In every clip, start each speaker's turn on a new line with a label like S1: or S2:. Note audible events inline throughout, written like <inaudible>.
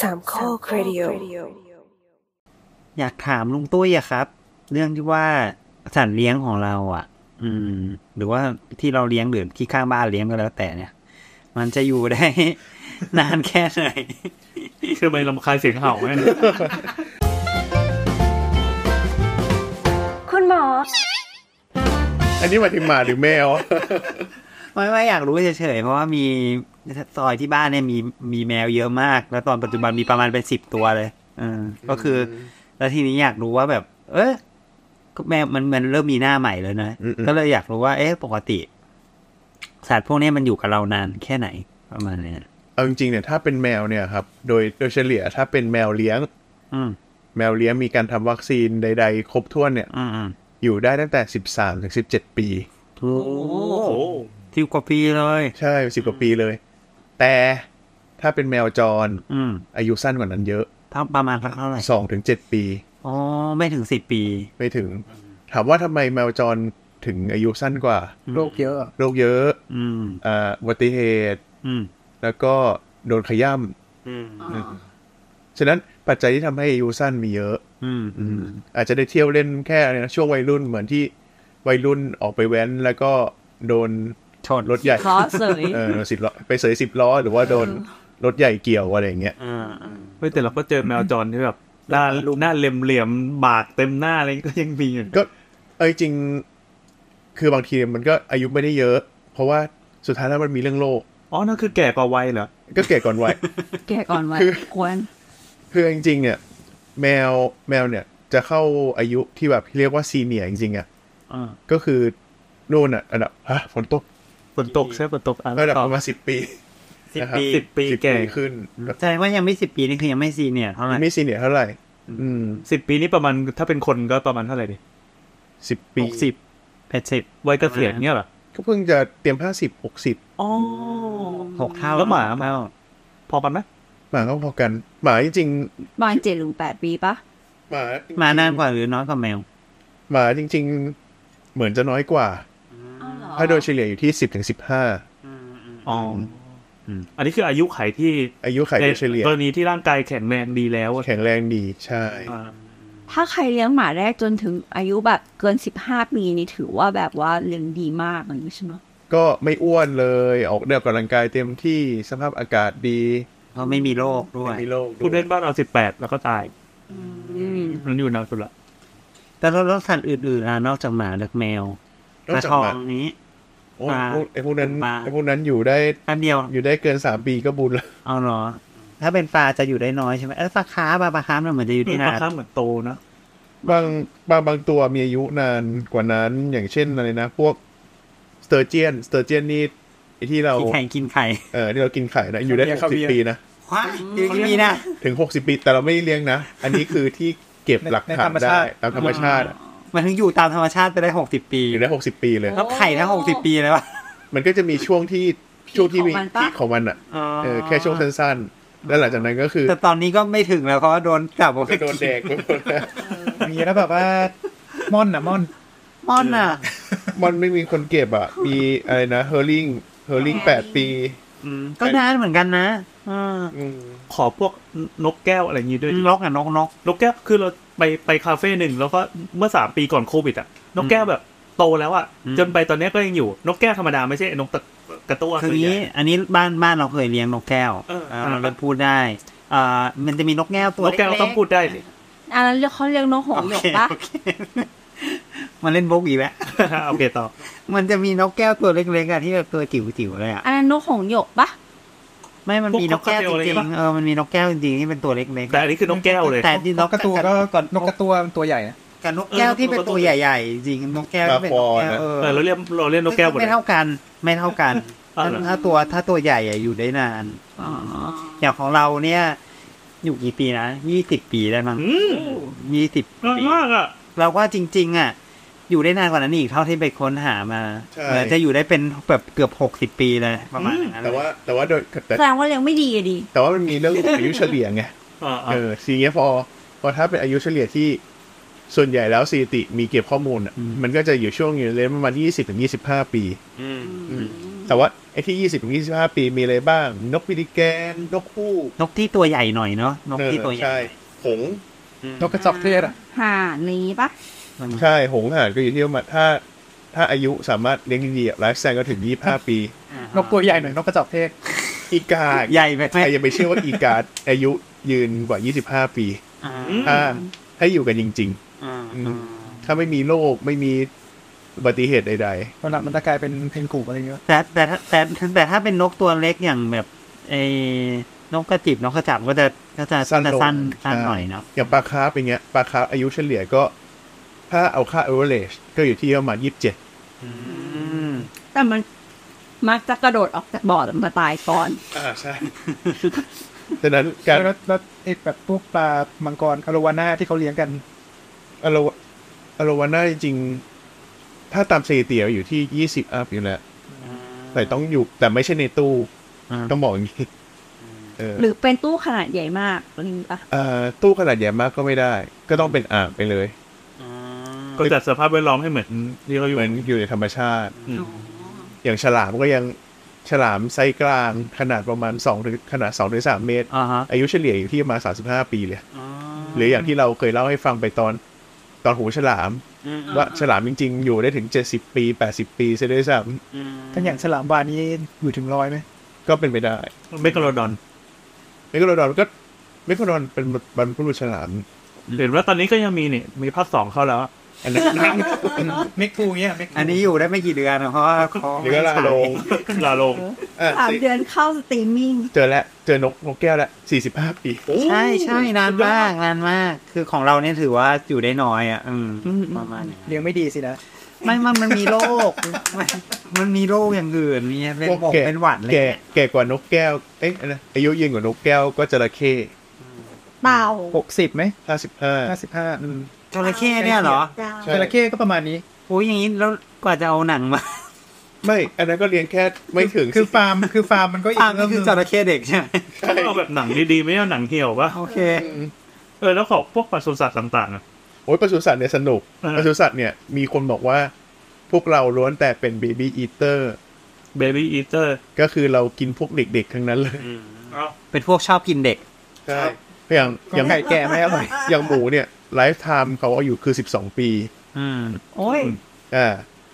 S1: สามข้อครดิโอ
S2: อยากถามลุงตุ้ยอะครับ เรื่องที่ว่าสัตว์เลี้ยงของเราอะอืม หรือว่าที่เราเลี้ยงหรือที่ข้างบ้านเลี้ยงก็แล้วแต่เนี่ย มันจะอยู่ได้ <laughs> นานแค่ไหน
S3: ทำไมลำคาญเสียงเห่าไหม
S1: คุณหมอ
S4: อันนี้หมายถึงหมาหรือแมว
S2: ไม่ไม่อยากรู้เฉยๆเพราะว่ามีซอยที่บ้านเนี่ยมีมีแมวเยอะมาก แล้วตอนปัจจุบันมีประมาณเป็นสิบตัวเลยเออก็คือ แล้วทีนี้อยากรู้ว่าแบบ เออแมวมันมันเริ่มมีหน้าใหม่แล้วนะ
S4: อืมๆ
S2: ก็เลยอยากรู้ว่า เอ๊ะปกติ สัตว์พวกเนี้ยมันอยู่กับเรานานแค่ไหนประมาณเนี้ย
S4: เอาจริงๆเนี่ยถ้าเป็นแมวเนี่ยครับ โดยโดยเฉลี่ยถ้าเป็นแมวเลี้ยง
S2: อืม
S4: แมวเลี้ยงมีการทำวัคซีนใดๆ ครบถ้วนเนี่ย
S2: อืมอืม
S4: อยู่ได้ตั้งแต่ 13ถึง17 ปี
S2: โอ้สิบกว่าปีเลย
S4: ใช่สิบกว่าปีเลย แต่ถ้าเป็นแมวจร
S2: อืม
S4: อายุสั้นกว่านั้นเยอะ
S2: ทั้งประมาณสักเท่าไหร่
S4: 2ถึง7ปี
S2: อ๋อไม่ถึงสิบปี
S4: ไม่ถึง ถามว่าทำไมแมวจรถึงอายุสั้นกว่า
S5: โรคเยอะ
S4: โรคเยอะ
S2: อืม
S4: อ่าอุบัติเหตุ
S2: อืม
S4: แล้วก็โดนขย่ำฉะนั้นปัจจัยที่ทำให้อายุสั้นมีเยอะ
S2: อืมอืม
S4: อาจจะได้เที่ยวเล่นแค่อะไรนะช่วงวัยรุ่นเหมือนที่วัยรุ่นออกไปแว้น แล้วก็โดน
S2: ชน
S4: รถใหญ่
S6: ขอเสย
S4: เออโดนสิบล้อไปเสยสิบล้อหรือว่าโดนรถใหญ่เกี่ยวอะไรอย่างเงี้ย
S2: อ่าอ่า
S3: เฮ้ยแต่เราก็เจอแมวจรที่แบบหน้าหน้าเหลี่ยมเหลี่ยมๆบากเต็มหน้าอะไรก็ยังมีอยู่
S4: ก็เอยจริง คือบางทีมันก็อายุไม่ได้เยอะ เพราะว่าสุดท้ายแล้วมันมีเรื่องโลก
S3: อ๋อนั่นคือแก่กว่าวัยเหรอ
S4: ก็เก่ก่อนวัย
S6: แก่ก่อนวัยควร
S4: คือจริงๆเนี่ย แมวแมวเนี่ยจะเข้าอายุที่แบบเรียกว่าซีเนียจริงๆอ่ะ
S3: อ่า
S4: ก็คือนู่นอ่ะอันดับฮะฝนตก
S3: ฝนตกใช่ฝนตกอ่ะ
S4: ระดับ
S3: ต่อ
S4: ประมาณสิบปี
S2: สิบ
S4: นะครับ
S2: ปี
S3: สิบปี
S4: 10
S3: แก่
S4: ขึ้น
S2: แสดงว่ายังไม่สิบปีนี่คือยังไม่ซีเนียร์เท่าไหร่
S4: ไม่ซีเนียร์เท่าไหร่ อืม
S3: สิบปีนี่ประมาณถ้าเป็นคนก็ประมาณเท่าไหร่ดิ
S4: สิบ
S2: ห
S4: ปี
S2: กสิบแปดสิบ
S3: วัยเกษียณเนี่ยเหรอ
S4: ก็เพิ่งจะเตรียมห้าสิบหกสิบ
S3: อ๋อ
S2: หกเท่า
S3: แล้วหมา
S2: เท่า
S3: พอปันไหม
S4: หมาก็พอกัน หมาจริง
S6: บางเจ็ดหรือแปดปีปะ
S4: ๆหมา
S2: หมานานกว่าหรือน้อยกว่าแมว
S4: หมาจริง ๆ เหมือนจะน้อยกว่า ถ้าโดยเฉลี่ยอยู่ที่สิบถึงสิบห้า
S3: อ๋อออันนี้คืออายุไขที่
S4: อายุไขโดยเฉลี่ย
S3: กรณีที่ร่างกายแข็งแรงดีแล้วอะ
S4: แข็งแรงดีใช่
S3: อ่า
S6: ถ้าใครเลี้ยงหมาแรกจนถึงอายุแบบเกินสิบห้าปีนี่ถือว่าแบบว่าเลี้ยงดีมากอย่างนี้ใช่ไหม
S4: ก็ไม่อ้วนเลยออกเดินกำลังกายเต็มที่สภาพอากาศดี
S2: เพราะไม่มีโรคด้วย
S4: ไม่มีโรค
S3: พูดเล่นบ้านเอาสิบแปดแล้วก็ตาย
S6: อืม
S3: มันอยู่นานสุดละ
S2: แต่แล้วแล้วสัตว์อื่นๆล่ะนอกจากหมาและแมวน
S4: อก
S2: ระ
S4: จาก
S2: ทอ
S4: หมาง
S2: นี้
S4: โอ้
S2: ปลา
S4: พวกไอ้พวกนั้น
S2: ปลา
S4: ไอ้พวกนั้นอยู่ได้
S2: อันเดียว
S4: อยู่ได้เกินสามปีก็บุญละ
S2: เอาเหรอ ถ้าเป็นปลาจะอยู่ได้น้อยใช่ไหมแล้วปลาค้าปลาปลาค้ามันเหมือนจะอยู่
S3: นี่
S2: ที่
S3: ค่
S2: นา
S3: อนข้างเหมือนโตนะ
S4: บางบางบางตัวมีอายุนานกว่านั้นอย่างเช่นอะไรนะ พวกสเตอร์เจียนสเตอร์เจียนนี่ไอ้ที่เรา
S2: กินไข่กินไข่
S4: เออที่เรากินไข่นะอยู่ได้หก
S5: คา
S4: สิบ
S5: เวียร์
S4: ปีนะ
S2: ว้าอยู่ที่นี่นะ
S4: ถึงหกสิบปี แต่เราไม่ได้เลี้ยงนะ อันนี้คือที่เก็บหลักฐานได้ ตามธรรมชาติอะ
S2: มันถึงอยู่ตามธรรมชาติไปได้หกสิบปี
S4: อยู่ได้หกสิบปีเลย
S2: แล้วไข่ทั้งหกสิบปีเลยวะ
S4: มันก็จะมีช่วงที่ช่วงที่มี
S6: ของมันปะ
S4: พีคของมันอ่ะเออแค่ช่วงสั้นๆ แล้วหลังจากนั้นก็คือ
S2: แต่ตอนนี้ก็ไม่ถึงแล้วเพราะว่าโดนจับเอาไป
S4: จะโดนแด <laughs> ก
S5: มีแล้วแบบว่าม่อนอ่ะม่อน
S2: ม่อนอ่ะ
S4: มันไม่มีคนเก็บอ่ะ มีอะไรนะเฮอร์ลิงเฮอร์ลิงแปดปี
S2: อืมก็นานเหมือนกันนะอืม
S4: อืม
S3: ขอพวกนกแก้วอะไรอย่างงี้ด้วยดิ
S2: นกอ่ะนกนก
S3: นกแก้วคือเราไปไปคาเฟ่หนึ่งแล้วก็เมื่อสามปีก่อนโควิดอ่ะ นกแก้วแบบโตแล้วอ่ะ จนไปตอนเนี้ยก็ยังอยู่ นกแก้วธรรมดาไม่ใช่ไอ้นกตะกระตั้ว
S2: คืออย่าง
S3: ใหญ่
S2: นี้ อันนี้บ้านบ้านเราเคยเลี้ยงนกแก้ว
S3: เอออ่
S2: าเราเลยพูดได้อ่ามันจะมีนกแก้วตัวน
S3: กแก้วต้องพูดได้สิ
S6: อันนั้นเรียกเขาเลี้ยงนกหง
S2: โอ
S6: ส์หยก
S2: เค
S6: ปะ
S2: โอเคมันเล่นบกอีกแล้ว
S3: <laughs> โอเคต่อ
S2: มันจะมีนกแก้วตัวเล็กๆอะที่แบบตัวจิ๋วๆเลยอะ
S6: อันนั้นนกหงส์หยกปะ
S2: ไม่มันมีนกแก้วจริงๆเออมันมีนกแก้วจริงๆที่เป็นตัวเล็กๆ
S3: แต่อันนี้คือนกแก้วเลย
S2: แต่ที่
S5: น
S2: นก
S5: กกระตัวก็ก่อนนกกระตัวมันตัวใหญ่นะ
S2: กับนกแก้วที่เป็นตัวใหญ่ๆจริงๆนกแก้วที่เป็นนกแก้วเออ
S3: เออเราเรียกเราเรียกนกแก้วหมดเล
S2: ไม่
S3: ย
S2: เท่ากัน ไม่เท่ากัน
S3: อ้าวเหรอ
S2: ถ้าตัวถ้าตัวใหญ่อะอยู่ได้นาน
S6: อ๋อ
S2: อย่างของเราเนี่ย อยู่กี่ปีนะยี่สิบปีได้มั้ง
S3: อืม
S2: ยี่สิบ
S3: น้อย
S2: ปี
S3: มากอ่ะ
S2: เราว่าจริง ๆอะอยู่ได้นานกว่านั้นอีกเท่าที่ไปค้นหามา
S4: ใช่
S2: เออจะอยู่ได้เป็นแบบเกือบหกสิบปีเลยประมาณนั้น
S4: แต่ว่าแต่ว่าโดยแต่
S6: แสดงว่าเลี้ยงไม่ดีอะดิ
S4: แต่ว่ามันมีเรื่องอายุเฉลี่ยไง
S3: อ่า
S4: เออซีเงี้ยพอพอถ้าเป็นอายุเฉลี่ยที่ส่วนใหญ่แล้วสถิติมีเก็บข้อมูลอะมันก็จะอยู่ช่วงอยู่เลนประมาณยี่สิบถึงยี่สิบห้าปี
S2: อืม
S4: ม แต่ว่าไอ้ที่ยี่สิบถึงยี่สิบห้าปีมีอะไรบ้าง นกพิริแกน นกฮูก
S2: นกที่ตัวใหญ่หน่อยเนาะนก
S4: เออ
S2: ที่ตัวใหญ่
S4: ใช่ หงส์
S5: นกกระจอกเทศอ่ะ
S6: ห่านี้ปะ
S4: ใช่หงส์อาหารก็อยู่ที่ประมาณถ้า ถ้าอายุสามารถเลี้ยงดีๆไลฟ์สไตล์ก็ถึงยี่ห้าปี
S5: นกตัวใหญ่หน่อยนกกระจอกเทศ
S4: อีกา
S2: ใหญ่แบบ
S4: ใครจะไปเชื่อว่าอีกา <laughs> อายุยืนกว่ายี่สิบห้าปี
S2: อ่า
S4: ถ้าให้อยู่กันจริง
S2: อ่า
S4: อืม ๆ ถ้าไม่มีโรคไม่มีอุบัติเหตุใด
S5: มันหลับมันจะกลายเป็นเพนกรูปอะไรเงี้ย
S2: แต่แต่ถ้าแต่แต่ถ้าเป็นนกตัวเล็กอย่างแบบไอ้นกกระจิบนกกระจับก็จะก็จะ
S4: สั้นล
S2: จะ
S4: ง
S2: สั้นสั้น
S4: อ่า
S2: หน่อยเนาะ
S4: ๆ อย่างปลาคาร์ฟอย่างเงี้ยปลาคาร์ฟอายุเฉลี่ยก็ ถ้าเอาค่าเอเวอเรจก็อยู่ที่ประมาณยี่สิบเจ็ด
S6: แต่มันมักจะกระโดดออกจากบ่อมาตายก่อน
S4: อ่าใช่ <laughs> ดังนั้นการ
S5: แล้วแล้วไอ้แบบพวกปลามังกรคารวาน่าที่เขาเลี้ยงกัน
S4: อโลวอโลวาน่าจริงๆถ้าตามสถิติอยู่ที่ยี่สิบอัพอยู่แล้ว แต่ต้องอยู่แต่ไม่ใช่ในตู้
S2: า
S4: ต้องบอกอย่างนี้เออ
S6: หรือเป็นตู้ขนาดใหญ่มากอะไรอย่างงี้ปะ
S4: เอ่อตู้ขนาดใหญ่มากก็ไม่ได้ ก็ต้องเป็นอ่างไปเลย
S3: ก็จัดสภาพแวดล้อมให้เหมือนที่เราอยู่
S4: เหมือนอยู่ในธรรมชาติ
S3: อืม
S4: อย่างฉลามก็ยังฉลามไซส์กลางขนาดประมาณสองถึงขนาดสองถึงสามเมตร
S2: อ่าฮะ
S4: อายุเฉลี่ยอยู่ที่ประมาณสาสิบห้าปีเลย หรืออย่างที่เราเคยเล่าให้ฟังไปตอนตอนหูฉลาม ว่าฉลามจริง ๆ อยู่ได้ถึงเจ็ดสิบปีแปดสิบปีเสียด้วยซ้
S5: กันอย่างฉลามวานี้อยู่ถึงร้อยไหม
S4: ำก็เป็นไปได้
S3: เมกะโลดอน
S4: เมกะโลดอนก็เมกะโลดอนเป็นบรรพบุรุษฉลาม
S3: เห็นว่าตอนนี้ก็ยังมีนี่มีภาคสองเข้าแล้วอะ
S4: อันนั้น
S5: เมกกูเนี่ยเมก
S2: อันนี้อยู่ได้ไม่กี่เดือนอะเพราะว่าเขา
S4: เดี๋ยวก็ลาลง
S3: ลาลง
S4: อ่ะ
S6: สามเดือนเข้าสตรีมมิ่ง
S4: เจอแล้วเจอนกนกแก้วแล้วสี่สิบห้าปี
S2: ใช่ใช่นานมากนานมาก คือของเราเนี่ยถือว่าอยู่ได้น้อยอ่ะอืม
S6: อืม
S2: ประมาณอย่างนั้น
S5: เลี้ยงไม่ดีสินะ
S2: ไม่มันมันมีโรคมันมันมีโรคอย่างอื่นมีเป็นหมกเป็นหวัดอะไร
S4: แก่แก่กว่านกแก้วเอ๊ะอันนะอายุยืนกว่านกแก้วก็จระเข้
S6: เต่า
S5: หกสิบไหม
S4: ห้าสิบห้า
S5: ห้าสิบห้าอืม
S2: จระเข้เนี่ยเหรอ
S6: เต่า
S5: จระเข้ก็ประมาณนี้
S2: โอ้ยอย่างนี้แล้วกว่าจะเอาหนังมา
S4: ไม่ อันนั้นก็เรียนแค่ไม่ถึง
S5: คือฟาร์มคือฟาร์มมันก็อี
S2: ฟั
S5: ก
S2: ง
S5: เรื่
S2: นี่
S5: องห
S2: คือ
S5: นึ
S2: ง จระเข้เด็กใช่ไหม
S3: ต้องเอาแบบหนังดีๆไม่เอาหนังเหี่ยวปะ
S2: โอเค
S3: เออแล้วของพวกปศุสัตว์ต่างๆอะ
S4: โอ้ยปศุสัตว์เนี่ยสนุก
S3: เออ
S4: ปศุสัตว์เนี่ยมีคนบอกว่า พวกเราล้วนแต่เป็นเบบี้อีเตอร์
S3: เบบี้อีเตอร์
S4: ก็คือเรากินพวกเด็กๆทั้งนั้นเลย
S2: เป็นพวกชอบกินเด็ก
S4: ใช่อย่างอย่าง
S5: ไก่แก่ไม่อร่อย
S4: อย่างหมูเนี่ยไลฟ์ไทม์เขาอายู่คือสิบสองปี
S2: อืม
S6: โอ้ย
S4: อ่า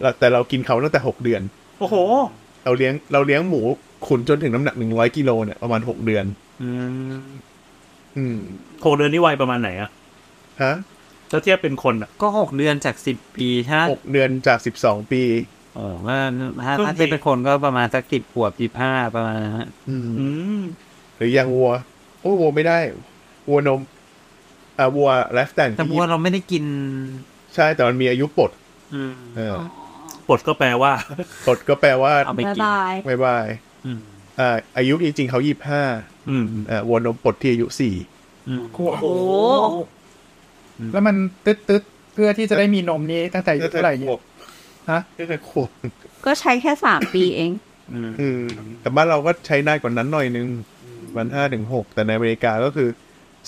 S4: เราแต่เรากินเขาตั้งแต่หกเดือน
S3: โอ้โห
S4: เราเลี้ยงเราเลี้ยงหมูขุนจนถึงน้ำหนักหนึ่งร้อยกิโลเนี่ยประมาณหกเดือน
S2: อืม
S4: อืม
S3: หกเดือนนี่วัยประมาณไหนอะ
S4: ฮะ
S3: ถ้าเทียบเป็นคนอะ
S2: ก็หกเดือนจากสิบปีใช่ไหม
S4: หกเดือนจากสิบสองปี
S2: เออว่าถ้า
S3: ครึ่ง
S2: ถ้า
S3: ปี
S2: เป็นคนก็ประมาณสักสิบขวบสิบห้าประมาณนั้นฮะ
S4: อืม
S3: อืม
S4: หรือยังวัว โอ้วัวไม่ได้ วัวนม อ่าวัวไลฟ์สไตล์
S2: แต่บัวเราไม่ได้กิน
S4: ใช่แต่มันมีอายุปลด
S2: อืม
S4: เออ
S3: ปลดก็แปลว่า
S4: ปลดก็แปลว่า
S2: เอาไป
S6: บ๊าย
S2: กิน
S6: บา
S4: บา
S6: ย
S4: ยบาย
S2: อืม
S4: อ่าอายุจริงๆเขายี่ห้า
S3: อืม
S4: อ่าวัวนมปลดที่อายุสี่
S2: อืม
S5: โอ้โห
S6: โอ้
S5: แล้วมันตึ๊ดตึ๊ดๆเพื่อที่จะได้มีนมนี้ตั้งแต่อายุเท่าไหร่
S4: ข
S5: เนี่
S4: วย บ
S5: ฮะ
S4: ตั้งแต่ขวบ
S6: ก็ใช้แค่สามปีเอง
S2: อืม
S4: อืมแต่บ้านเราก็ใช้นานกว่านั้นหน่อยนึงวันห้าถึงหกแต่ในอเมริกาก็คือ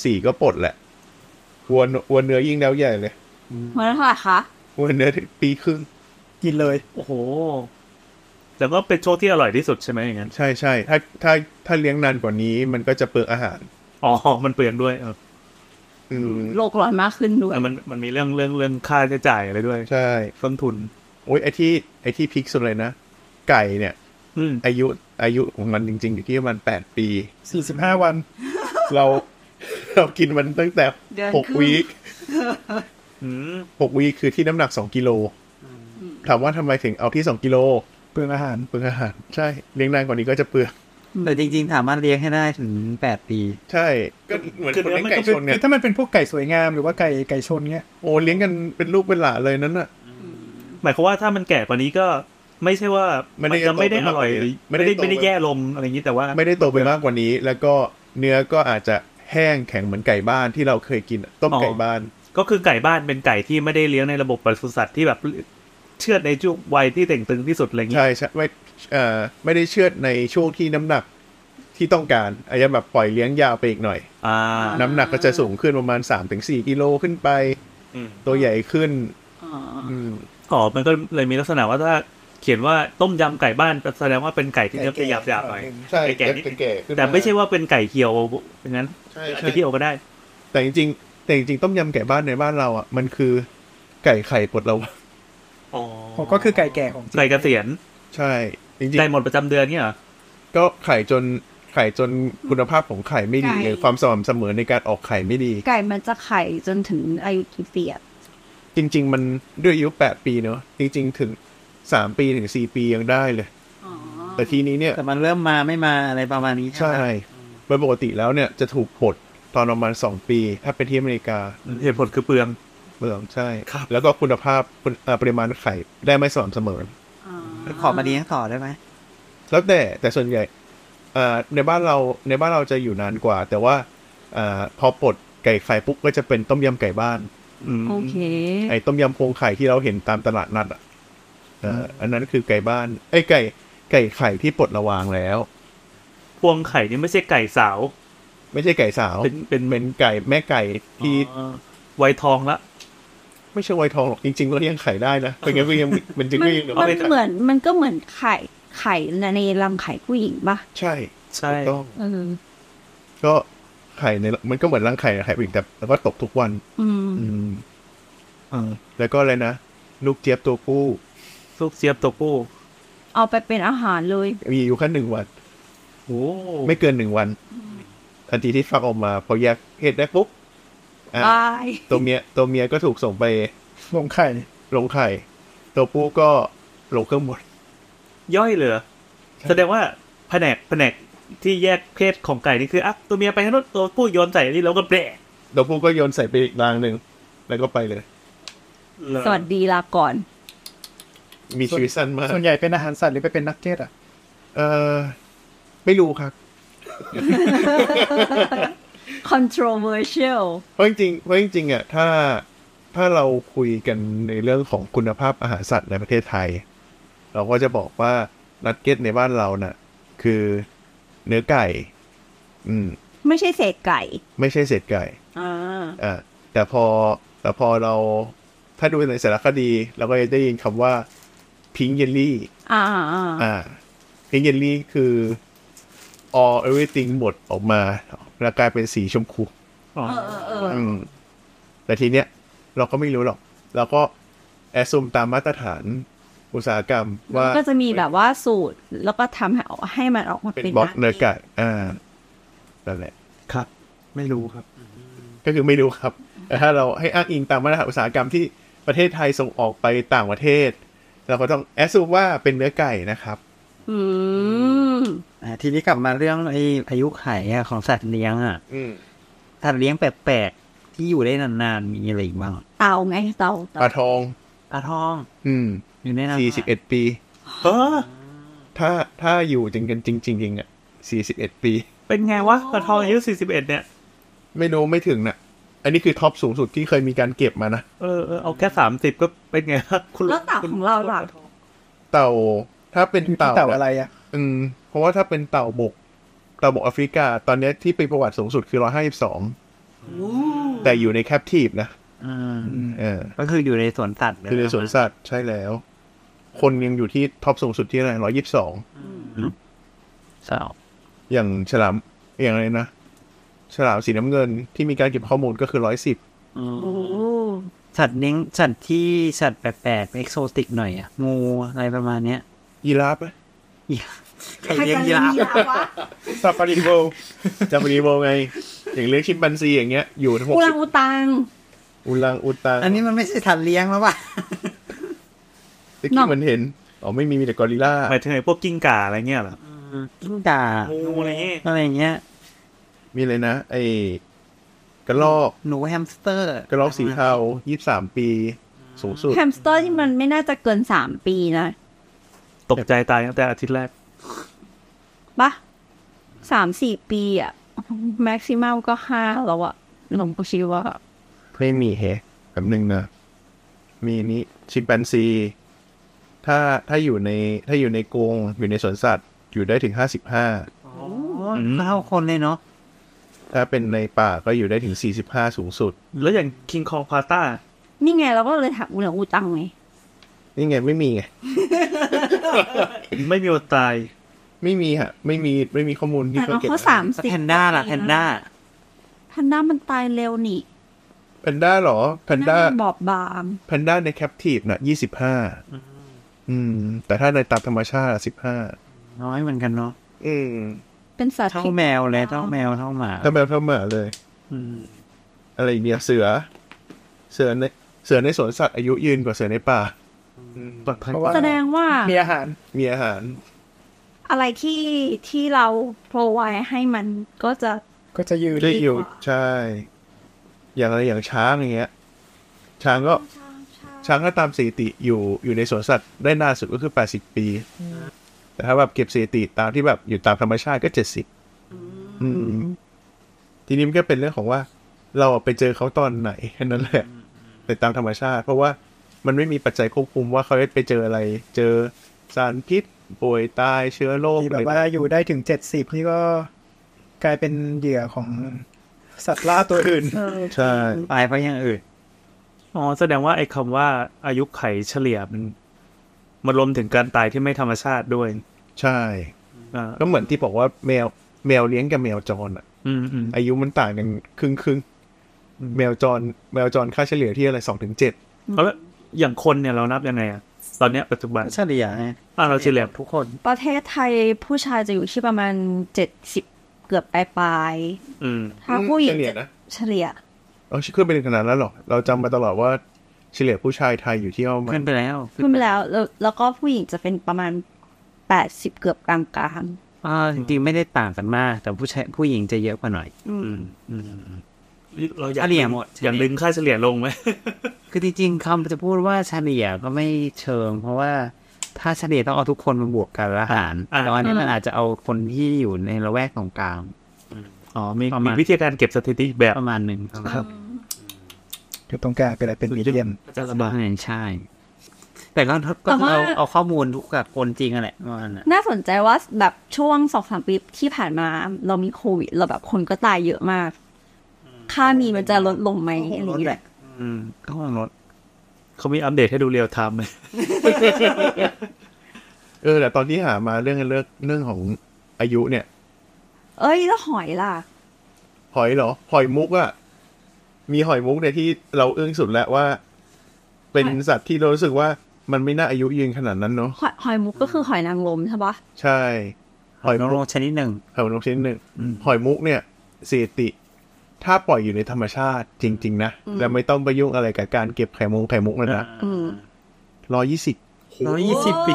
S4: สี่ก็ปลดแหละวัววัวเนื้อยิ่งแล้วใหญ่เลย
S6: เมื่อเท่าไหร่คะ
S4: วันเนื้อปีครึ่ง
S5: กินเลย
S3: โอ้โห แล้วก็เป็นช่วงที่อร่อยที่สุดใช่ไหมอย่างนั้น
S4: ใช่ใช่ถ้าถ้าถ้าเลี้ยงนานกว่านี้มันก็จะเปลืองอาหาร
S3: อ๋อ มันเปลืองด้วย เออ
S4: อืม
S6: โลกร้อนมากขึ้นด้วย
S3: แต่มันมันมีเรื่องเรื่องเรื่องค่าใช้จ่ายอะไรด้วย
S4: ใช่
S3: ต้นทุน
S4: โอ้ยไอที่ไอที่พีคสุดเลยนะ ไก่เนี่ย
S3: อืม
S4: อายุอายุของมันจริง ๆ อยู่ที่ประมันแปดปี
S5: สี่สิบห้าวัน
S4: <laughs> เรา เรากินมันตั้งแต่
S6: เดือน
S4: หก
S6: ครึ่ง
S4: วีค
S3: อืม
S4: หกวีคคือที่น้ำหนักสองกิโลถามว่าทำไมถึงเอาที่สองกิโล
S5: เปลืองอาหาร
S4: เปลืองอาหาร ใช่เลี้ยงนานกว่านี้ก็จะเปลือง
S2: แต่จริงๆ ถามารถเลี้ยงให้ได้ถึงแปดปี
S4: ใช่ ก็เหมือนคนเลี้ยงไก่ชน
S5: คื
S4: เนี่ย
S5: อถ้ามันเป็นพวกไก่สวยงามหรือว่าไก่ไก่ชนเงี้ย
S4: โอ้เลี้ยงกันเป็นลูกเป็นหลานเลยนั้นน่ะ
S3: หมายความว่าถ้ามันแก่กว่านี้ก็ไม่ใช่ว่า
S4: ไม่
S3: มัน
S4: ได้
S3: จะไม่ได้อร่อย
S4: ไม่
S3: ไม่
S4: ได้
S3: ได้
S4: โต
S3: ไม่ได้แย่ลงอะไรอย่างนี้แต่ว่า
S4: ไม่ได้โตไปมากกว่านี้ แล้วก็เนื้อก็อาจจะแห้งแข็งเหมือนไก่บ้านที่เราเคยกินอะต้มไก่บ้าน
S3: ก็คือไก่บ้านเป็นไก่ที่ไม่ได้เลี้ยงในระบบปศุสัตว์ที่แบบเชือดในช่วงวัยที่เต่งตึงที่สุดอะไรอย่างนี้
S4: ใช่ใช่ไม่เอ่อไม่ได้เชือดในช่วงที่น้ำหนักที่ต้องการ อาจจะแบบปล่อยเลี้ยงยาวไปอีกหน่อย
S3: อ่า
S4: น้ำหนักก็จะสูงขึ้นประมาณ 3-4 กิโลขึ้นไป
S3: อืม
S4: ตัวใหญ่ขึ้น
S6: อ๋อ
S4: อืม
S3: อ๋อมันก็เลยมีลักษณะว่าถ้า ขียนว่าต้มยำไก่บ้านแสดงว่าเป็นไก่ที่เนื้อจะหยาบๆหน่อย
S7: ใช่
S3: ไอ้แก่
S7: แก่
S3: นิด
S7: แก่ขึ้น
S3: แต่ไม่ใช่ว่าเป็นไก่เคียวอย่างนั้น
S7: ใช่
S3: อาจ
S7: ใช่
S3: จะเคียวก็ได้
S4: แต่จริงๆแต่จริงๆต้มยำไก่บ้านในบ้านเราอ่ะ มันคือไก่ไข่กดเรา
S3: อ๋อ
S5: ผมก็คือไก่แก่ของจริง
S3: ไก่เกษียณ
S4: ใช่ จริง
S3: ไก่หมดประจำเดือนเนี่ยเหรอ
S4: ๆ ก็ไข่จนไข่จนคุณภาพของไข่ไม่ดีเลยความสม่ำเสมอในการออกไข่ไม่ดี
S6: ไก่มันจะไข่จนถึงอายุกี่ปีอะ
S4: จริง ๆ มันด้วยอายุแปดปีเนอะจริง ๆ ถึงสามปีถึงสี่ปียังได้เลย แต่ทีนี้เนี่ย
S2: แต่มันเริ่มมาไม่มาอะไรประมาณนี้ใช่ไห
S4: ใช่
S2: ม
S4: โดยปกติแล้วเนี่ยจะถูกปลดตอนประมาณสองปี ถ้าเป็นที่อเมริกา
S3: เหตุผลคือเปลือง
S4: เมืองใช่
S3: ครับ
S4: แล้วก็คุณภาพคุณเอ่อปริมาณไข่ได้ไม่สม่ำเสมอ
S2: ขอมาเลี้ยงต่อได้ไหม
S4: แล้วแต่แต่ส่วนใหญ่เอ่อในบ้านเราในบ้านเราจะอยู่นานกว่า แต่ว่าเออพอปลดไก่ไข่ปุ๊บก็จะเป็นต้มยำไก่บ้าน
S3: อืม
S6: โอเค
S4: ไอ้ต้มยำโครงไข่ที่เราเห็นตามตลาดนัดอ่ะเอ่ออันนั้นคือไก่บ้านไอ้ยไก่ไก่ไข่ที่ปลดระวางแล้ว
S3: พวงไข่นี่ไม่ใช่ไก่สาว
S4: ไม่ใช่ไก่สาว
S3: เป็นเป็น
S4: เป็นไก่แม่ไก่ที่
S3: อ๋อวัยทองละ
S4: ไม่ใช่ไวทองหรอกจริงๆก็เลี้ยงไข่ได้ <laughs> นะเป็นไงก็ยังเป็นจริง
S6: มั
S4: ก็
S6: น
S4: ยัง
S6: มัน
S4: ไข่
S6: เหมือนมันก็เหมือนไข่ไข่ในรังไข่ผู้หญิงปะ
S4: ใช่
S3: ใช่
S4: ถูกต้อง
S6: เออ
S4: ก็ไข่ในมันก็เหมือนรังไข่ไข่ปิ่งแต่แล้วก็ตกทุกวัน
S6: อืม
S4: อืมเออแล้วก็อะไรนะลูกเจี๊ยบตัวผู้
S3: ลูกเสียบตัวผู้
S6: เอาไปเป็นอาหารเลย
S4: มีอยู่แค่หนึ่งวัน
S3: โอ้
S4: ไม่เกินหนึ่งวันทันทีที่ฟักออกมา พอแยกเพศได้ปุ๊บอ่ะ
S6: ตาย
S4: ตัวเมียตัวเมียก็ถูกส่งไป
S5: ลงไข่
S4: ลงไข่ ตัวผู้ก็ลงเครื่องบด
S3: ย่อยเหลือ แสดงว่าแผนกแผนกที่แยกเพศของไก่นี่คืออ่ะตัวเมียไปทางโน้นตัวผู้โยนใส่นี่แล้วก็แปะ
S4: ตัวผู้ก็โยนใส่ไปอีกรางหนึ่งแล้วก็ไปเลย
S6: สวัสดีลาก่อน
S4: มีชีวิตสั้นมาก
S5: ส่วนใหญ่เป็นอาหารสัตว์หรือไปเป็นนักเก็ตอ่ะ
S4: เออไม่รู้ครับ
S6: controversial
S4: เพราะจริงๆเพราะจริงๆอ่ะถ้าถ้าเราคุยกันในเรื่องของคุณภาพอาหารสัตว์ในประเทศไทย เราก็จะบอกว่านัดเก็ตในบ้านเราน่ะ คือเนื้อไก่ อืม
S6: ไม่ใช่เศษไก่
S4: ไม่ใช่เศษไก่
S6: อ่า
S4: อ่าแต่พอแต่พอเราถ้าดูในสารคดี เราก็จะได้ยินคำว่าพิงเยลลี่
S6: อ่า
S4: อ่าพิงเยลลี่คือ all everything หมดออกมาแล้วกลายเป็นสีชมพู
S3: อ๋อ
S6: เออเออเออ
S4: อืมแต่ทีเนี้ยเราก็ไม่รู้หรอก เราก็แอสซูมตามมาตรฐานอุตสาหกรรมว่า
S6: ก็จะมีแบบว่าสูตร แล้วก็ทำให้ออกให้มันออกมา
S4: เป็น
S6: เป็
S4: บล็อก
S6: นะ
S4: เนื้อไก่อ่านั่นแหละ ครับ ไม่รู้ครับ ก็คือไม่รู้ครับแต่ถ้าเราให้อ้างอิงตามมาตรฐานอุตสาหกรรมที่ประเทศไทยส่งออกไปต่างประเทศ เราก็ต้องแอสซูมว่าเป็นเนื้อไก่นะครับ
S6: อืม
S2: อ่ะทีนี้กลับมาเรื่องไอ้อายุไขอ่ะของสัตว์เลี้ยงอ่ะ
S4: อืม
S2: สัตว์เลี้ยงแปลกๆที่อยู่ได้นานๆมีอะไรอีกบ้าง
S6: เตาไงเตา
S4: ปลาทอง
S2: ปลาทอง
S4: อืม
S2: อยู่ได้นาน
S4: สี่สิบเอ็ดปี
S3: เฮ้อ
S4: ถ้าถ้าอยู่จริงกันจริงจริงๆอ่ะสี่สิบเอ็ดปี
S3: เป็นไงวะปลาทองอายุสี่สิบเอ็ดเนี่ย
S4: ไม่รู้ไม่ถึงน่ะ อันนี้คือท็อปสูงสุดที่เคยมีการเก็บมานะ
S3: เออเออเอาแค่สามสิบก็เป็นไงวะคุณ
S6: แล้วเตาของเราล่ะ
S4: เต่าถ้าเป็น
S5: อยู่ที่
S4: เต่า
S5: เต่าอะไรอ่ะ
S4: อืมเพราะว่าถ้าเป็นเต่าบกเต่าบกแอฟริกา ตอนเนี้ยที่เป็นประวัติสูงสุดคือร้อยห้าสิบสองแต่อยู่ในแคปทีฟนะ
S2: อืม
S4: เออ
S2: ก็คืออยู่ในสวนสัตว์เลย
S4: คือในสวนสัตว์ใช่แล้ว คนยังอยู่ที่ท็อปสูงสุดที่อะไรร้อยยี่สิบสอง
S2: สาว
S4: อย่างฉลามอย่างอะไรนะฉลามสีน้ำเงินที่มีการเก็บข้อมูลก็คือร้อยสิบ
S6: โอ้
S2: สัตว์เลี้ยงสัตว์ที่สัตว์แปลกๆเอกโซติกหน่อยอ่ะงูอะไรประมาณเนี้ย
S4: ยีราฟไหม
S2: ใครเลี้ยงยีราฟ
S6: วะ
S4: ซาฟารี <laughs> โวซาฟารีโวไง อย่างเลี้ยงชิมปันซีอย่างเงี้ยอยู่ทั้งหก
S6: อุ
S4: สิ
S6: ลั
S4: บ
S6: งอุตัง
S4: อุลังอุตัง
S2: อันนี้มันไม่ใช่สัตว์เลี้ยงแล้วว่ะ
S4: ตะกี้เหมันเห็นอ๋อไม่มีมีแต่กอริลลา
S3: หมายถึงไอ้พวกกิ้งก่าอะไรเงี้ยเหรอ
S2: กิ้งก่า
S3: งูอะไรเงี้ย
S2: อะไรอย่างเงี้ย
S4: มีเลยนะ ไอ้กระลอก
S2: หนูแฮมสเตอร์
S4: กระลอกสีเทายี่สามปี สูงสุด
S6: แฮมสเตอร์ที่มันไม่น่าจะเกินสามปีนะ
S3: ตกใจตายตั้งแต่อาทิตย์แรก
S6: ปะสามสี่ปีอ่ะแม็กซิมัมก็ห้าแล้วอ่ะหลงกูชีว่า
S4: ไม่มีเฮะแบบหนึ่งนะ มีนี้ชิมแปนซี ถ้าถ้าอยู่ในถ้าอยู่ในกรงอยู่ในสวนสัตว์ อยู่ได้ถึงห้าสิบห้า
S3: อืม
S2: เท่าคนเลยเนาะ
S4: ถ้าเป็นในป่าก็อยู่ได้ถึงสี่สิบห้าสูงสุด
S3: แล้วอย่างคิงคองพาต้า
S6: นี่ไงเราก็เลยถามอุลังอุตังไง
S4: นี่ไงไม่มีไง
S3: ไม่มีวันตาย
S4: ไม่มีฮะ ไม่มีไม่มีข้อมูลที่
S6: แต่
S4: เขา
S6: เรา
S4: เก็บ
S6: เขาสามสิบ
S2: แพนด้าล่ะแพนด้า
S6: แพนด้ามันตายเร็วนี่
S4: แพนด้าเหรอแพนด้า
S6: หมับอบบาง
S4: แพนด้าในแคปทีฟน่ะยี่สิบห้าอืม แต่ถ้าในตามธรรมชาติสิบห้า
S2: น้อยเหมือนกันเนาะ
S4: อืม
S6: เป็นสัตว์
S2: เท่า
S6: ที่
S2: แมวเลยเท่าแมวเท่าหมา
S4: ถ้าแบบเท่าหมาเลย
S2: อืม
S4: อะไรอีกเนี่ยเสือ เสือในเสือในสวนสัตว์อายุยืนกว่าเสือในป่า
S3: ปลอดภัย
S4: เพราะว่า
S6: แสดงว่า
S5: มีอาหาร
S4: มีอาหาร
S6: อะไรที่ที่เราโปรไวให้มันก็จะ
S5: ก็จะยืน
S4: ได้อยู่
S6: ดีกว่า
S4: ใช่ อย่างอะไรอย่างช้างอย่างเงี้ย ช้างก็ช้างถ้าตามสถิติอยู่อยู่ในสวนสัตว์ได้นานสุดก็คือแปดสิบปี แต่ถ้าแบบเก็บสถิติตามที่แบบอยู่ตามธรรมชาติก็เจ็ดสิบทีนี้มันก็เป็นเรื่องของว่า เราอะไปเจอเขาตอนไหนแค่นั้นแหละแต่ตามธรรมชาติ เพราะว่ามันไม่มีปัจจัยควบคุมว่าเขาจะไปเจออะไร เจอสารพิษป่วยตายเชื้อโรค
S5: ที่
S4: อะ
S5: แบ
S4: ไร
S5: บว่าอยู่ได้ถึงเจ็ดสิบนี่ก็กลายเป็นเหยื่อของสัตว์ล่าตัวอื่น
S4: ใช่
S2: ตายเพราะอย่างอื่น
S3: อ๋อแสดงว่าไอ้คำว่าอายุไขเฉลี่ยมันมันรวมถึงการตายที่ไม่ธรรมชาติด้วย
S4: ใช่
S3: อ่า
S4: ก็เหมือนที่บอกว่าแมวแมวเลี้ยงกับแมวจรอ่ะ
S3: อืมอืม
S4: อายุมันต่างกันครึ่งครึ่งๆแมวจรแมวจรค่าเฉลี่ยที่อะไรสองถึงเจ็ด
S3: เอาละอย่างคนเนี่ยเรานับยังไงอะตอนเนี้ยปัจจุบัน
S2: เฉลี่ยไง
S3: อ่าเราเฉลี่ย
S2: ทุกคน
S6: ประเทศไทยผู้ชายจะอยู่ที่ประมาณเจ็ดสิบเกือบปลายปลาย
S3: อืม
S6: ๆถ้าผู้หญิง
S4: เฉลี่ยนะ
S6: เฉลี่ย
S4: เราขึ้นไปถึงขนาดนั้นหรอ เราจำมาตลอดว่าเฉลี่ยผู้ชายไทยอยู่ที่ประมา
S2: ขึ้
S4: ณ
S2: นไปแล้ว
S6: ขึ้นไปแล้วแล้วแล้วก็ผู้หญิงจะเป็นประมาณแปดสิบเกือบกลางกลาง
S2: อ่าจริงๆไม่ได้ต่างกันมาก แต่ผู้ชายผู้หญิงจะเยอะกว่าหน่อย
S6: ๆอืม
S3: อืมอืมเราอยาก
S2: เฉลี่ยหมด
S3: อยากดึงค่าเฉลี่ยลงไหม
S2: คือจริงๆคำจะพูดว่าเฉลี่ยก็ไม่เชิง เพราะว่าถ้าเฉลี่ยต้องเอาทุกคนมาบวกกันและหาร
S3: อ่า
S2: แต่วันนี้
S6: อืม
S2: มันอาจจะเอาคนที่อยู่ในละแวกตรงกลางอ๋อมีประ
S3: มี
S2: มาณ
S3: วิธีการเก็บสถิติอีกแบบ
S2: ประมาณหนึ่ง
S3: ครับ
S5: เกือบตรงกลางเป็นอะไรเป็นมีเดียม
S3: จะสบาย
S2: ใช่ใช่ แต่ก็ก็
S6: แต่ว่า
S2: เอาเอาข้อมูลทุกกับคนจริงอะแหละประมาณนั้น
S6: น่าสนใจว่าแบบช่วงสองสามปีที่ผ่านมา เรามีโควิดเราแบบคนก็ตายเยอะมาก ค่ามีมันจะลดลงไหมอะไรอย่างเงี้ย
S2: อืมก็ลงรถ
S3: เขามีอัปเดตให้ดูเรียลไทม์ไหม
S4: เออแต่ตอนที่หามาเรื่องเรื่องเรื่องของอายุเนี่ย
S6: เอ้ยแล้วหอยล่ะ
S4: หอยเหรอหอยมุกอะมีหอยมุกเนี่ยที่เราอึ้งสุดแล้วว่า เป็นสัตว์ที่เรารู้สึกว่ามันไม่น่าอายุยืนขนาดนั้นเนาะ
S6: หอยหอยมุกก็คือหอยนางรมใช่ปะ
S4: ใช่หอย
S2: น้อง
S4: มุก
S2: ลงชนิดหนึ่ง
S4: หอยนางรมชนิดหนึ่งหอยมุกเนี่ยสถิติ ถ้าปล่อยอยู่ในธรรมชาติจริง ๆ นะ แล้วไม่ต้องไปยุ่งอะไรกับการเก็บไข่มุงไข่มุกนะนะ
S6: อืม
S4: ร้อยยี่สิบ
S2: ร้อยยี่สิบปี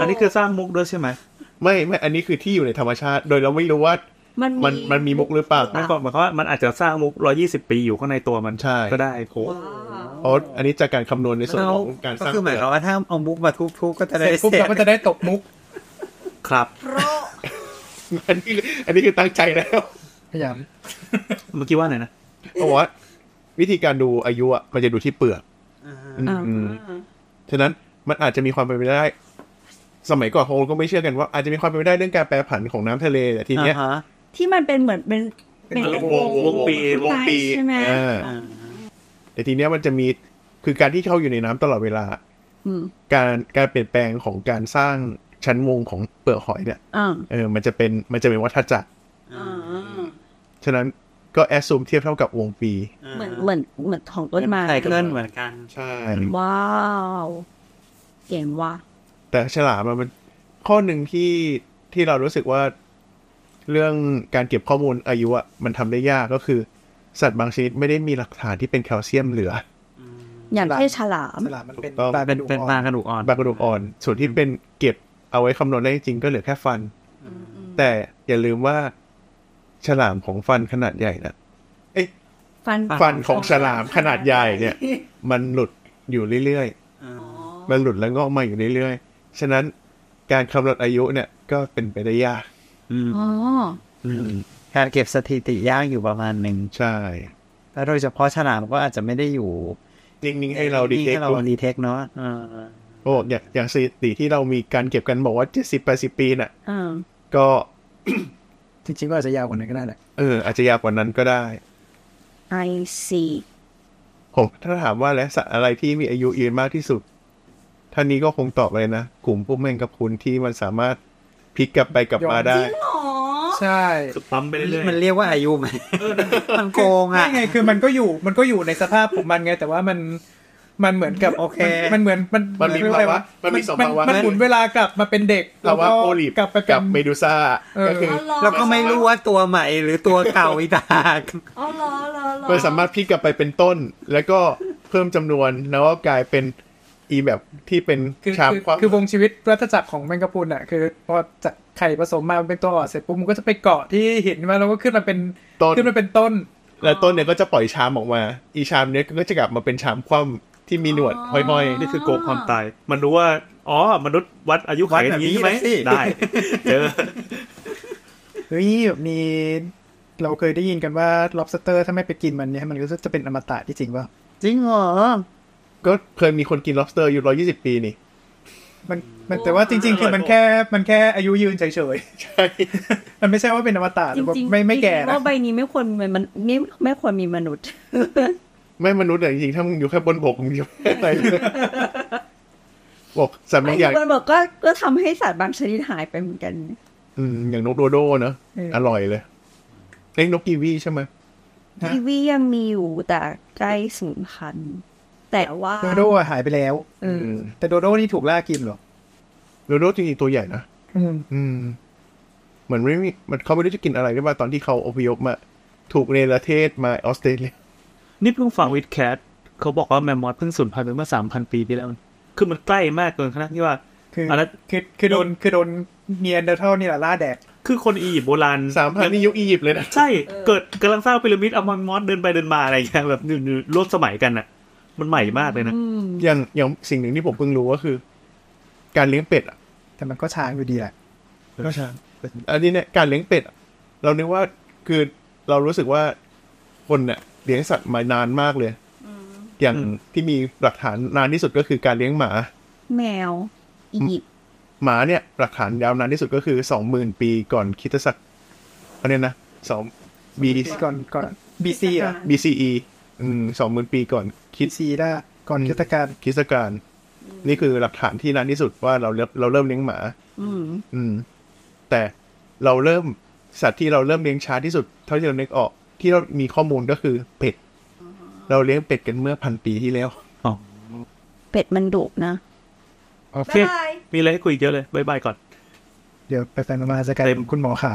S3: อันนี้คือสร้างมุกด้วยใช่ไหม
S4: ไม่ไม่อันนี้คือที่อยู่ในธรรมชาติ โดยเราไม่รู้ว่า
S6: มัน
S4: มันมันมีมุกหรือเปล่า
S3: นั่นก็หมายความว่ามันอาจจะสร้างมุกร้อยี่สิบปีอยู่ข้างในตัวมัน
S4: ใช่
S3: ก็ได้โห
S4: อ๋ออันนี้จากการคำนวณในส่วน
S2: แล้ว
S4: ของการส
S2: ก็
S4: ร้าง
S2: คือหมายความว่าถ้าเอามุกมาทุบๆก็จะได้
S5: เสร็จปุ๊บ
S2: เสร็จ
S5: เราก็จะได้ตก
S2: <laughs>
S5: มุก
S3: ครับ
S4: อันนี้คืออันนี้คือตั้งใจแล้ว
S5: พยายาม
S3: เมื่อกี้ว่าไหนนะ
S4: เขาบอกว่าวิธีการดูอายุอ่ะมันจะดูที่เปลือก
S6: อ่า
S4: อืมฉะนั้นมันอาจจะมีความเป็นไปได้ สมัยก่อนคงก็ไม่เชื่อกันว่าอาจจะมีความเป็นไปได้เรื่องการแปรผันของน้ำทะเลแต่ทีเนี้ย
S2: อ่าฮะ
S6: ที่มันเป็นเหมือนเป็นเป็น
S4: วงวงปี
S6: วงปีใช่ไหม
S4: เออ
S2: อ่า
S4: แต่ทีเนี้ยมันจะมีคือการที่เขาอยู่ในน้ำตลอดเวลา
S6: อืม
S4: การการเปลี่ยนแปลงของการสร้างชั้นวงของเปลือกหอยเนี่ย
S6: อ่า
S4: เออมันจะเป็นมันจะเป็นวัฏจักรฉะนั้นก็แอสซูมเทียบเท่ากับวงปี
S6: เหมือนเหมือนเหมือนของต้นไม้
S2: ไซเคิลเหมือนกัน
S4: ใช่
S6: ว้าว เก่งว่ะ
S4: แต่ฉลามอะมันข้อหนึ่งที่ที่เรารู้สึกว่า เรื่องการเก็บข้อมูลอายุอะมันทำได้ยากก็คือ สัตว์บางชนิดไม่ได้มีหลักฐานที่เป็นแคลเซียมเหลือ
S6: อย่างเช่นฉลาม
S5: สลามมันเป็น
S4: ถูกต้อง
S5: ปลา
S2: เป็น
S5: ดุก
S2: เป็น
S5: อ่อ
S2: ปลาน กระดูกอ่อน
S4: บางกระดูกอ่อน ส่วนที่เป็นเก็บเอาไว้คำนวณได้จริงก็เหลือแค่ฟัน แต่อย่าลืมว่า ฉลามของฟันขนาดใหญ่นะเอ้ย
S6: ฟัน
S4: ฟันของฉลามขนาดใหญ่เนี่ย <laughs> มันหลุดอยู่เรื่อยๆ มันหลุดแล้วงอกมาอยู่เรื่อยๆ ฉะนั้นการคำนวณอายุเนี่ยก็เป็นไปได้ยาก
S2: อืม
S6: อ๋อ
S2: การเก็บสถิติยากอยู่ประมาณหนึ่ง
S4: ใช่
S2: แล้วโดยเฉพาะฉลามก็อาจจะไม่ได้อยู่
S4: นิ่งๆ ให้เราดีเท
S2: ที่
S4: ค
S2: เราดีเทคเนาะอ่า
S4: โอ้อย่างอย่างสถิติที่เรามีการเก็บกันบอกว่าเจ็ดสิบแปดสิบปีน่ะ
S6: อ่า
S4: ก็
S5: จริงๆก็อาจจะยาวกว่านั้นก็ได้แหละ
S4: เออ อาจจะยากกว่านั้นก็ได้
S6: ไอซี
S4: ผมถ้าถามว่าและสัตว์อะไรที่มีอายุยืนมากที่สุด ท่านนี้ก็คงตอบเลยนะ กลุ่มพวกแมงกะพรุนที่มันสามารถพลิกกลับไปกลับมาได้
S6: หรอ
S5: ใช่
S3: ปั๊มไปเรื่อย
S2: มันเรียกว่าอายุไหมมันโกงอ่ะ
S5: ใช่ไงคือมันก็อยู่มันก็อยู่ในสภาพของมันไง แต่ว่ามันมันเหมือนกับโอเค มันเหมือนมัน
S4: มันมี
S5: เหออะไร
S4: ภาวะมันมีสองภาวะ
S5: มันหมุนเวลากลับมาเป็นเด็ก
S4: ภาวะ
S5: แล้ก็
S4: โอลิฟ
S5: กลับไป
S4: กั
S5: กั
S4: บบ เมดูซ่า
S5: เออ
S4: ก็คือ
S2: เราก็ไม่รู้ว่าตัวใหม่หรือตัวเก่าอีตาก
S6: อ๋อเหรอเหรอเหรอ
S4: มันสามารถพลิกกลับไปเป็นต้น แล้วก็เพิ่มจำนวนแล้วก็กลายเป็นอีแบบที่เป็น
S5: คือ
S4: ชาม
S5: คือ
S4: ความ
S5: คือวงชีวิตวัฏจักรของแมงกะพรุนอ่ะคือพอจากไข่ผสมมามันเป็นตัวอ่อนเสร็จปุ๊บมันก็จะไปเกาะที่หินมาแล้วก็ขึ้นมาเป็น
S4: ต้น
S5: ขึ้นมาเป็นต้น
S4: แล้วต้นเนี่ยก็จะปล่อยชามออกมา อีชามเนี้ยก็จะกลับมาเป็นชามคว่ำที่มีหนวดห้อย
S3: ๆนี่คือโกงความตาย มันรู้ว่า อ๋อ มนุษย์วัดอายุไขกันอย่างนี้ใช่ไหมได้เจอ
S5: เฮ้ยแบบมีเราเคยได้ยินกันว่า lobster ถ้าไม่ไปกินมันเนี่ยมันก็จะเป็นอมตะที่จริงว่า
S2: จริงเหรอ
S4: ๆ ก็เคยมีคนกิน lobster อยู่ 120 ปีนี่
S5: มันมันแต่ว่าจริง ๆ คือมันแค่มันแค่อายุยืนเฉย
S4: ใช่
S5: ๆ <laughs> มันไม่ใช่ว่าเป็นอมตะห
S6: จ
S5: รือว่า
S6: ริงๆ
S5: ไม่ไม่แก่
S6: จริงๆ
S5: นะ
S6: ว่าใบนี้ไม่ควรมีมันมันไม่ไม่ควรมีมนุษย์
S4: ไม่มนุษย์อะจริงๆ ถ้ามึงอยู่แค่บนบกมึงอยู่แค่ไหน <laughs> บอกสัตว์บางอย่าง
S6: มันบอกก็ก็ทำให้สัตว์บางชนิดหายไปเหมือนกัน
S4: อืมอย่างนกโดโดเนอะ
S6: เอออ
S4: อร่อยเลยเล่นนกกีวีใช่ไหม
S6: กีวียังมีอยู่แต่ใกล้สูญพันธุ์แต่ว่า
S5: โดโดอะหายไปแล้ว
S6: เออ
S5: แต่โดโดนี่ถูกล่ากินเหรอ
S4: โดโดจริงๆตัวใหญ่นะ
S5: อืม
S4: อืมเหมือนไม่มีมันเขาไม่รู้จะกินอะไรด้วยว่าตอนที่เขาอพยพมา ถูกเนรเทศมาออสเตรเลีย
S3: นี่เพิ่งฟังวิดแคทเขาบอกว่าแมมมอสเพิ่งสูญพันธุ์ไปเมื่อสามพันปีที่แล้ว คือมันใกล้มากเกินขนาดที่ว่า
S5: คือ
S3: อันนั้น
S5: คือคือโดนคือโดนเนียนเดอร์เท่านี่แหละล่าแดก
S3: คือคนอียิปต์โบราณ
S4: สามพันนี่ยุคอียิปต์เลยนะ
S3: ใช่ เกิดกำลังสร้างพีระมิดเอาแมมมอสเดินไปเดินมาอะไรอย่างเงี้ยแบบอยู่อยู่ร่วมสมัยกันอ่ะ มันใหม่มากเลยนะ
S6: อืม
S4: อย่างอย่างสิ่งหนึ่งที่ผมเพิ่งรู้ก็คือ การเลี้ยงเป็ดอะ
S5: แต่มันก็ช้างอยู่ดีแหละ
S4: ก็ใช่อันนี้เนี่ยการเลี้ยงเป็ดอะเรานึกว่าคือเรารู้สึกว่าคนเนี่ยเลี้ยงสัตว์มานานมากเลย อย่าง
S3: อืม
S4: ที่มีหลักฐานนานที่สุดก็คือการเลี้ยงหมา
S6: แมวอียิปต์
S4: หมาเนี่ยหลักฐานยาวนานที่สุดก็คือสองหมื่นปีก่อนคริสตศักราชอันเนี้ยนะสอง B
S5: ก่อนก่อนบีซีอ่ะ
S4: BCE อืมสองหมื่นปีก่อนคริส
S5: บีซีได้ก่อน
S4: อืม
S5: คริสตกาล
S4: คริสตศักราชนี่คือหลักฐานที่นานที่สุดว่าเราเริ่มเราเริ่มเลี้ยงหมา
S6: อืม
S4: อืม แต่เราเริ่มสัตว์ที่เราเริ่มเลี้ยงช้าที่สุด เท่าที่เราเล็กออก ที่เรามีข้อมูลก็คือเป็ด เราเลี้ยงเป็ดกันเมื่อพันปีที่แล้ว
S6: เป็ดมันดุนะ
S3: โอเค มีอะไรให้คุยอีกเยอะเลยบายบายก่อน
S5: เดี๋ยวไปไปมาๆจะกลาย
S3: เต็
S5: เป็
S3: ม
S5: นคุณหมอขา